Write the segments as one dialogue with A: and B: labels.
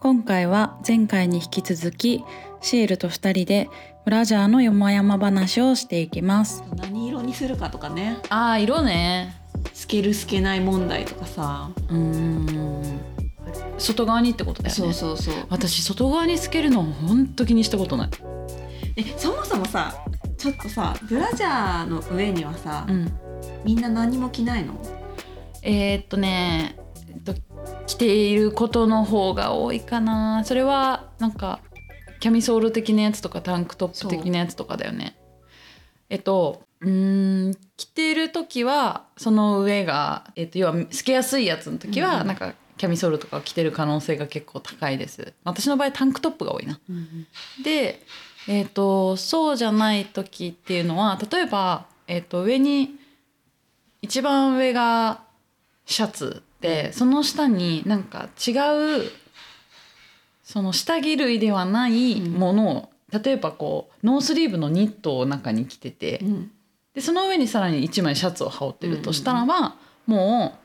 A: 今回は前回に引き続きシールと2人でブラジャーのよもやま話をしていきます
B: 何色にするかとかね
A: あー色ね
B: 透ける透けない問題とかさ、
A: うーん外側にってことだよね
B: そうそうそう
A: 私外側につけるのほんと気にしたことない
B: えそもそもさちょっとさブラジャーの上にはさ、
A: うん
B: みんな何も着ないの
A: えーっとね、えっと、着ていることの方が多いかなそれはなんかキャミソール的なやつとかタンクトップ的なやつとかだよねえっとうーん着てる時はその上が、えっと、要は透けやすいやつの時
B: うん
A: は
B: うん
A: なんかキャミソールとかを着てる可能性が結構高いです私の場合タンクトップが多いなで、えー、とそうじゃない時っていうのは例えば、えー、と上に一番上がシャツでその下になんか違うその下着類ではないものを、例えばこうノースリーブのニットを中に着てて、
B: うん
A: でその上にさらに1枚シャツを羽織ってるとしたらば、も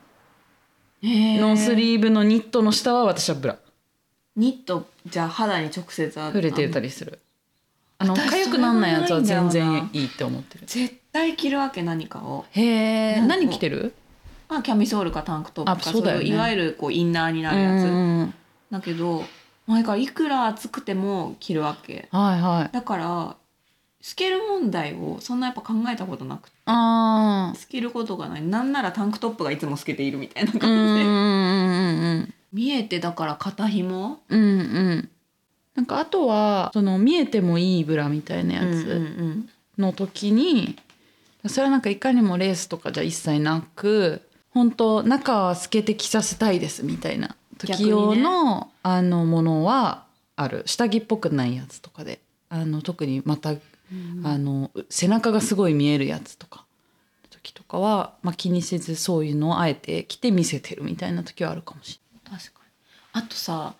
A: うノ
B: ノ
A: ース
B: ーブ
A: リーブのニットの下は私はブラ
B: ニットじゃあ肌に直
A: 触
B: 接触
A: れてた
B: り
A: りする。あの
B: 私
A: 痒くなんないやつは全
B: それはな
A: 然
B: いんだよない
A: いって思ってる。
B: 絶対着るわけ何かを、
A: へえ、
B: なんか
A: 何着てる？
B: まあ、キャミソールかタンクトップか
A: あそうだよね
B: いいわゆるこうインナーになるやつ、
A: うん
B: だけど前からいくら暑くても着るわけ
A: はいはい。
B: だから透ける問題をそんなやっぱ考えたことなくて
A: ああ。
B: 透けることがないなんならタンクトップがいつも透けているみたいな
A: うんうん
B: 感じで
A: うん
B: 見えてだから肩紐
A: うんうんうん。なんかあとはその見えてもいいブラみたいなや
B: うんうん
A: つ
B: うん
A: の時に、それはなんかいかにもレースとかじゃ一切なく、本当中は透けて着させたいですみたいな時用の、あのものはある。下着っぽくないやつとかで、あの特にまたあの背中がすごい見えるやつとか時とかは、まあ、気にせずそういうのをあえて着て見せてるみたいな時はあるかもし
B: 確かにあとさ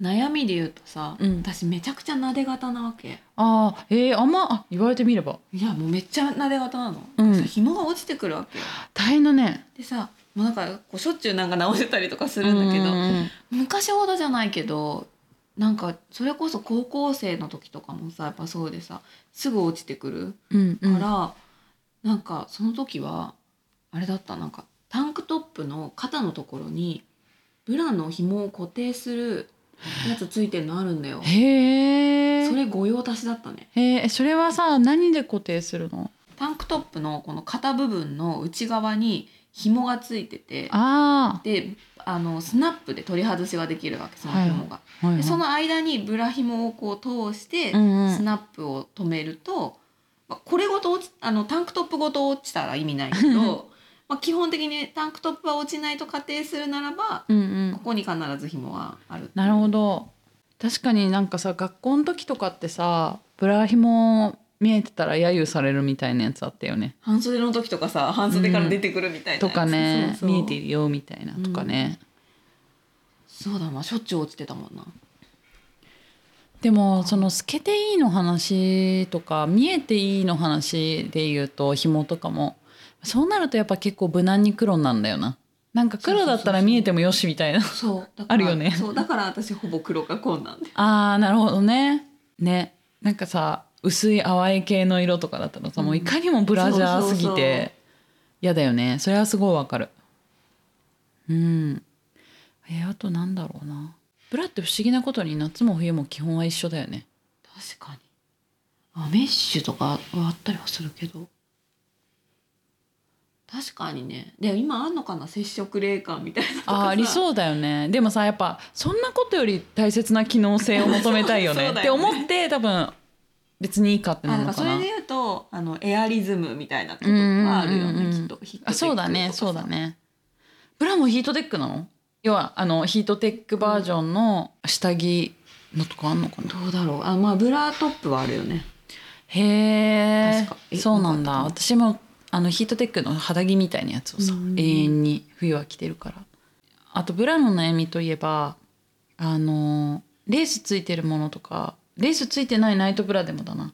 B: 悩みで言うとさ、
A: うん
B: 私めちゃくちゃなで型なわけ
A: れないあーえー、あんまあ言われてみれば
B: いやもうめっちゃなで型なの、
A: うん
B: さ紐が落ちてくるわけよ
A: 大変だね
B: でさもうなんかこうしょっちゅうなんか直してたりとかするんだけど、
A: うんうん
B: 昔ほどじゃないけどなんかそれこそ高校生の時とかもさやっぱそうでさすぐ落ちてくる
A: うんう
B: か
A: ん
B: ら、なんかその時はあれだったなんかタンクトップの肩のところにブラの紐を固定するやつついてるのあるんだよ。
A: へえ
B: そ
A: それ
B: れ御用達だったね
A: へーそれはさ何で固定するの
B: タンクトップのこの肩部分の内側に紐がついてて
A: あ
B: であのスナップで取り外しができるわけその紐が。
A: あ、はいは
B: で
A: い
B: その間にブラ紐をこう通して
A: うんうん
B: スナップを止めると、まあ、これごと落ちあのタンクトップごと落ちたら意味ないけど まあ基本的にタンクトップは落ちないと仮定するならば
A: うんう
B: こ
A: ん
B: こに必ず紐はある
A: なるほ
B: ど
A: ど確かになんかさ学校の時とかってさブラひも見えてたら揶揄されるみたいなやつあったよね
B: 半袖の時とかさ半袖から出てくるみたいなやつ、
A: とかね
B: そうそう
A: 見えてるよみたいなとかね、
B: そうだなしょっちゅう落ちてたもんな
A: でもその透けていいの話とか見えていいの話で言うと紐とかもそうなるとやっぱ結構無難に黒なんだよななんか黒だったら見えてもよしみたいな
B: そうだから
A: あるよね
B: そうだから私ほぼ黒がこんなんで
A: あーなるほどねねなんかさ薄い淡い系の色とかだったらさ、もういかにもブラジャーすぎ
B: そうそうそう
A: て嫌だよねそれはすごいわかるうんえーあとなんだろうなブラって不思議なことに夏も冬も基本は一緒だよね
B: 確かにあメッシュとかはあったりはするけど確かにねで今あんのかな接触冷感みたいなとか
A: あー
B: さ
A: ありそうだよねでもさやっぱそんなことより大切な機能性を求めたいよね
B: そうだよね
A: って思って多分別にいいかって
B: あ
A: な
B: な
A: る
B: ん
A: の
B: か
A: か
B: そ
A: な
B: れで言うとあのエアリズムみたいなことはあるよ
A: うんうんうんう
B: ね
A: ん
B: きっとヒットテッ
A: あ
B: ク
A: そうだね
B: とかさ
A: そうだねブラもヒートテックなの要はあのヒートテックバージョンの下着のとかあんのかな、
B: どうだろうあまあブラトップはあるよね
A: へ
B: 確か
A: え
B: え
A: そうなんだ
B: なかった
A: 私もあのヒートテックの肌着みたいなやつをさ、
B: うん
A: 永遠に冬は着てるからあとブラの悩みといえばあのレースついてるものとかレースついてないナイトブラでもだな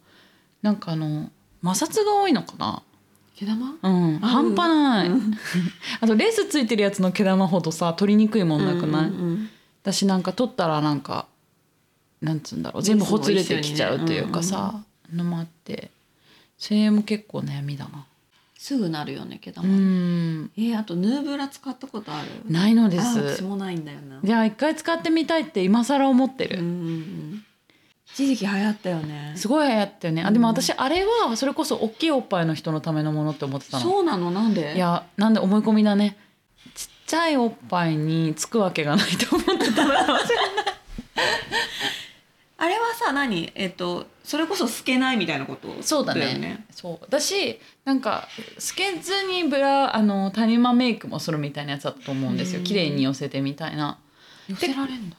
A: なんかあの摩擦が多いのか
B: 毛玉
A: なうん
B: あ
A: 半端ない、
B: うん
A: あとレースついてるやつの毛玉ほどさ取りにくいもんなくない、
B: うんうんうん
A: 私なんか取ったらなんかなんつうんだろう全部ほつれてきちゃうというかさ、のもあってそれも結構悩みだな
B: すぐなるよね毛
A: う
B: 玉、
A: ん
B: えーあとヌーブラ使ったことある
A: ないので
B: あ
A: す
B: 私もないんだよな
A: じゃあ一回使ってみたいって今更思って
B: うんう
A: る、
B: んうん一時期流行ったよね
A: すごい流行ったよねあでも私あれはそれこそ大きいおっぱいの人のためのものって思ってたの
B: そうなのなんで
A: いやなんで思い込みだねちっちゃいおっぱいにつくわけがないと思ってたの
B: あれはさ何えっとそれこそ透けないみたいなこと
A: そうだね
B: よね
A: そうだしなんか透けずにブラあの谷間メイクもするみたいなやつだったと思うんですよ
B: うん
A: 綺麗に寄せてみたいな
B: 寄せられんだ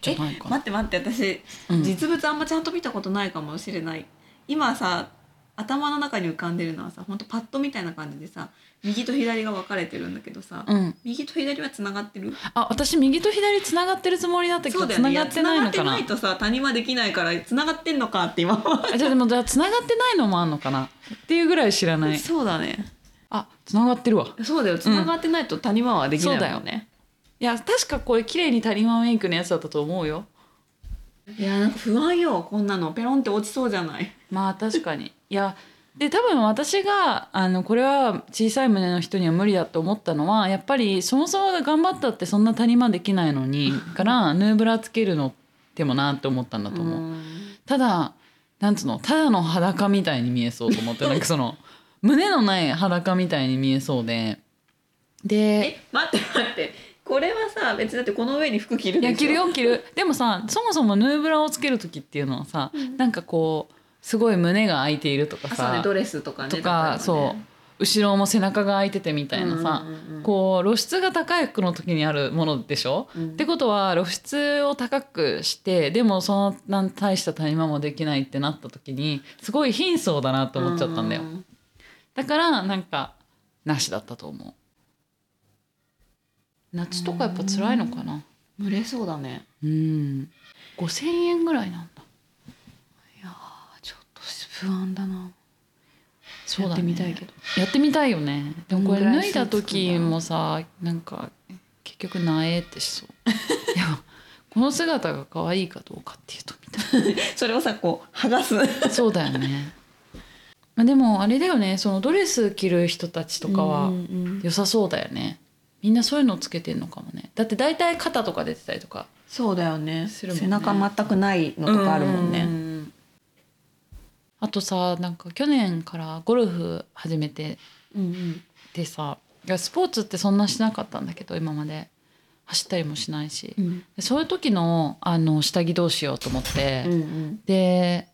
A: じゃないか
B: 待
A: な、
B: って待って私
A: うん
B: 実物あんまちゃんと見たことないかもしれない今さ頭の中に浮かんでるのはさほんとパッドみたいな感じでさ右と左が分かれてるんだけどさ、
A: うん、
B: 右と左はつながってる
A: あ私右と左つながってるつもりだったけどつな、がってないのかな
B: 繋がってないとさ谷間できないからつながってんのかって 今は
A: あじゃあでもじゃあつながってないのもあんのかなっていうぐらい知らない
B: そうだね
A: あつながってるわ
B: そうだよつながってないと谷間はできないもんね、
A: いや確かこれ綺麗に谷間メイクのやつだったと思うよ
B: いやなんか不安よこんなのペロンって落ちそうじゃない
A: まあ確かにいやで多分私があのこれは小さい胸の人には無理だと思ったのはやっぱりそもそも頑張ったってそんな谷間できないのにからヌーブラつけるのでもなって思ったんだと思う、
B: うん
A: ただなんつうのただの裸みたいに見えそうと思って なんかその胸のない裸みたいに見えそうでで
B: え待って待ってこれはさ別にだってこの上に服着る
A: い
B: でしょ
A: や着るよ着るでもさそもそもヌーブラをつける時っていうのはさ、
B: うん
A: なんかこうすごい胸が開いているとか
B: あそう
A: さ
B: ねドレスとかね
A: とか、そう後ろも背中が開いててみたいなさ、こう露出が高い服の時にあるものでしょ、
B: うん
A: ってことは露出を高くしてでもそのなん大した谷間もできないってなった時にすごい貧相だなと思っちゃったんだよ、だからなんかなしだったと思う夏とかやっぱ辛いのかな
B: 蒸れそうだね
A: うん5,000円ぐらいなんだ
B: いやーちょっと不安だな
A: そうだ
B: やっ
A: ね
B: てみたいけど
A: やってみたいよねでもこれ
B: どんぐら
A: 脱
B: い
A: いだ時もさなんか結局なえってしそう いやこの姿が可愛いかどうかっていうとみたい
B: それをさこう剥がす
A: なそうだよねまあでもあれだよねそのドレス着る人たち とかは
B: うんうん
A: 良さそうだよねみんなそういうのつけてんのかもねだって大体肩とか出てたりとか
B: そうだよね
A: するもんね
B: 背中全くないのとかあるもんね
A: あとさなんか去年からゴルフ始めて
B: うん
A: でさいやスポーツってそんなしなかったんだけど今まで走ったりもしないし
B: う、ん
A: でそういう時のあの下着どうしようと思って、
B: うん
A: で、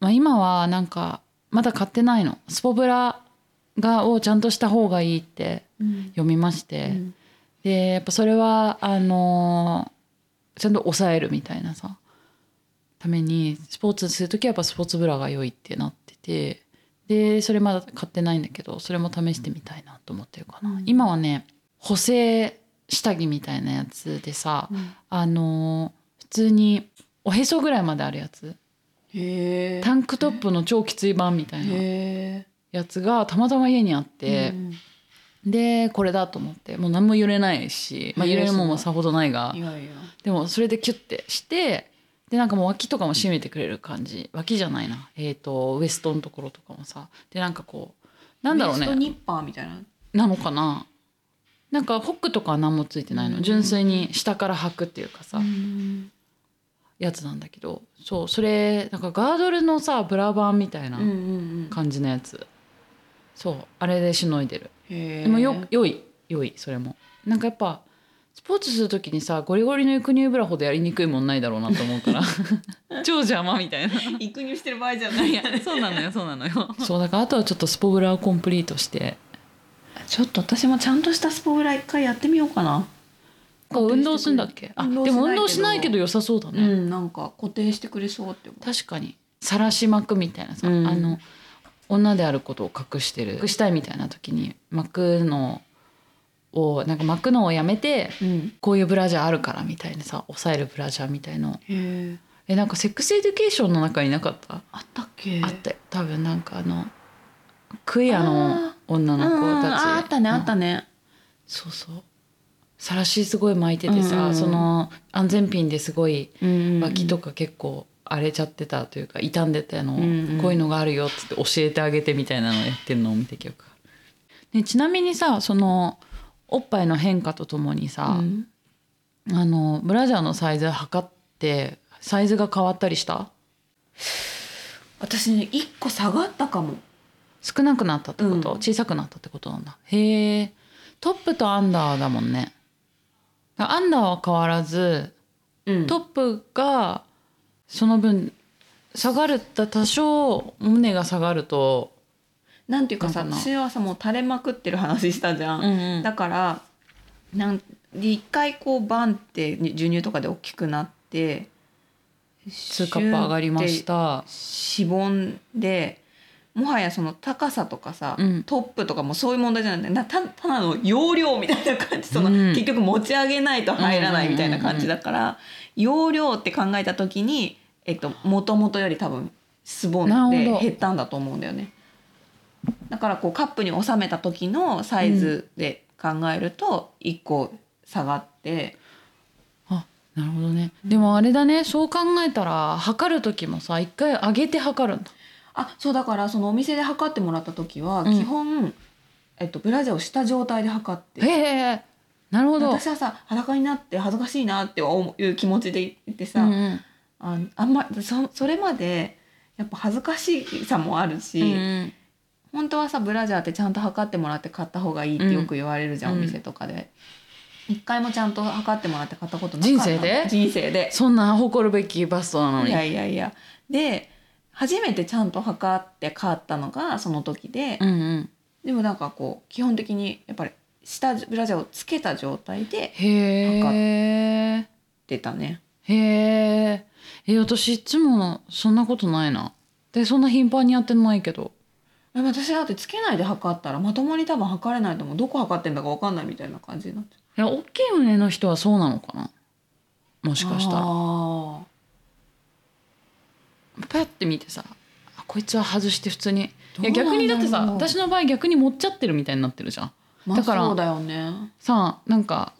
A: まあ、今はなんかまだ買ってないのスポブラがをちゃんとした方がいいって
B: うん
A: 読みまして、
B: うん
A: でやっぱそれはあのーちゃんと抑えるみたいなさためにスポーツする時はやっぱスポーツブラが良いってなっててでそれまだ買ってないんだけどそれも試してみたいなと思ってるかな、
B: うん
A: 今はね補正下着みたいなやつでさあのー普通におへそぐらいまであるやつ
B: へえ
A: タンクトップの超きつい版みたいな
B: へ
A: やつがたまたま家にあって、でこれだと思ってもう何も揺れないし、まあ、
B: へえ
A: 揺れるもんはさほどないが
B: いやいや
A: でもそれでキュッてしてでなんかもう脇とかも締めてくれる感じ脇じゃないなえっ、とウエストのところとかもさでなんかこうなんだろう
B: ウエスト
A: ね
B: ニッパーみたいな
A: なのかななんかホックとかは何もついてないの純粋に下から履くっていうかさ、
B: うん
A: やつなんだけどそうそれなんかガードルのさブラバンみたいな
B: うんうん
A: 感じのやつ、そうあれでしのいでる
B: へえ
A: でもよ良い良いそれもなんかやっぱスポーツする時にさゴリゴリの育乳ブラほどやりにくいもんないだろうなと思う から超邪魔みたいな
B: 育乳してる場合じゃな い
A: いやそうなのよそうなのよそうだからあとはちょっとスポブラをコンプリートして
B: ちょっと私もちゃんとしたスポブラ一回やってみようかな固定してくれる
A: 運動するんだっけあ
B: 運動しないけど
A: でも運動しないけど良さそうだ
B: う
A: ね、
B: んなんか固定してくれそうって思う
A: 確かに晒し巻くみたいなさ、
B: うん
A: あの女であることを隠してる隠したいみたいな時に巻くのをなんか巻くのをやめて
B: うん
A: こういうブラジャーあるからみたいなさ抑えるブラジャーみたいの
B: へえ
A: えなんかセックスエデュケーションの中になかった、
B: あったっけ
A: あったよ多分なんかあのクイアの
B: あ
A: 女の
B: うん
A: 子
B: うん
A: たち
B: ああったねあった
A: ね
B: ね
A: そうそうさらしすごい巻いててさ、
B: うんうん
A: その安全ピンですごい
B: うん
A: 脇と
B: か
A: か結構荒れちゃってたというか傷んでたのを、
B: うんうん
A: こういうのがあるよっつって教えてあげてみたいなのをやってるのを見た記憶があるねちなみにさそのおっぱいの変化とともにさ、
B: うん
A: あのブラジャーのサイズ測ってサイズが変わったりした
B: 私ね一個下がったかも
A: 少なくなったってこと、
B: うん
A: 小さくなったってことなんだへえトップとアンダーだもんねアンダーは変わらず
B: うん
A: トップがその分下がるった多少胸が下がると、
B: なんていうかさ
A: なんかな
B: 私はさもう垂れまくってる話したじゃん、
A: ん
B: だからなんで一回こうバンってに授乳とかで大きくなって
A: 2カップ上がりま
B: シュー
A: し
B: って
A: た
B: しぼんでもはやその高さとかさ、
A: うん
B: トップとかもそういう問題じゃなくてなたただの容量みたいな感じその、
A: うん
B: 結局持ち上げないと入らないみたいな感じだから、容量って考えた時にえっと元々より多分すぼん
A: な
B: で
A: るほど
B: 減ったんだと思うんだよね。だからこうカップに収めた時のサイズで考えると1個下がって、
A: あなるほどねでもあれだねそう考えたら測る時もさ一回上げて測るんだ
B: あそうだからそのお店で測ってもらった時は
A: うん
B: 基本、えっと、ブラジャーをした状態で測って
A: へえなるほど
B: 私はさ裸になって恥ずかしいなって思う気持ちでいてさ、
A: うんうん
B: ああんまそそれまでやっぱ恥ずかしさもあるし、
A: うん
B: 本当はさブラジャーってちゃんと測ってもらって買った方がいいってよく言われるじゃん、
A: うん
B: お店とかで。一回もちゃんと測ってもらって買ったことなかった
A: 人生で
B: 人生で
A: そんな誇るべきバストなの
B: い
A: に
B: やいやいやで初めてちゃんと測って買ったのがその時で、
A: うんうん
B: でもなんかこう基本的にやっぱり下ブラジャーをつけた状態で
A: へえ
B: 出たね
A: へええ私いつもそんなことないなでそんな頻繁にやってないけど
B: でも私だってつけないで測ったらまともに多分測れないと思うどこ測ってんだか分かんないみたいな感じになって
A: いや大きい胸の人はそうなのかなもしかしたら
B: あ
A: パッて見てさあこいつは外して普通にいや
B: どうなんだろう
A: 逆にだってさ私の場合逆に持っちゃってるみたいになってるじゃん
B: ー、まあ、
A: だから
B: そうだよね
A: さあなんか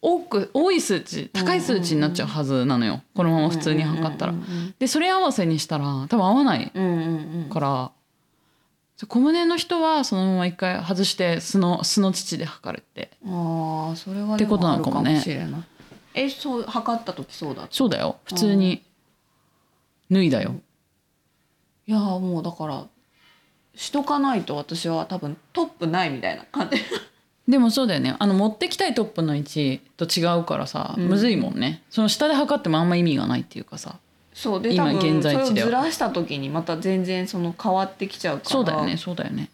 A: 多く多い数値高い数値になっちゃうはずなのよこのまま普通に測ったら、
B: うんうん
A: でそれ合わせにしたら多分合わない
B: うんうん
A: から、小胸の人はそのまま一回外して素の素の乳で測るって
B: ああそれは
A: っ
B: で
A: てこと
B: も
A: なの
B: ある
A: か
B: か
A: も
B: も
A: ね
B: しれないえそう測った時そうだった
A: そうだよ普通に脱いだよ、
B: いやーもうだからしとかないと私は多分トップないみたいな感じ
A: でもそうだよねあの持ってきたいトップの位置と違うからさ、
B: うん
A: むずいもんねその下で測ってもあんま意味がないっていうかさ
B: そうで多
A: 今
B: 分
A: 現
B: そ
A: 在
B: れを
A: 地では
B: ずらした時にまた全然その変わってきちゃうから
A: そうだよねそうだよね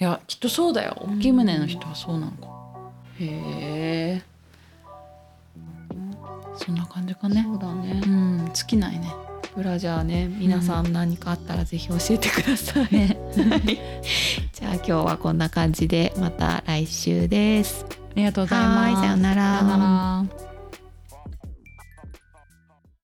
A: いやきっとそうだよ大きい胸の人はそうなのか、
B: へえ
A: そんな感じかね
B: そうだね
A: うん尽きないね
B: ブラジャーね皆さん何かあったらぜひ教えてください、
A: ね
B: じゃあ今日はこんな感じでまた来週です
A: ありがとうござい
B: は
A: ま
B: ーい
A: す
B: さようなら
A: さようなら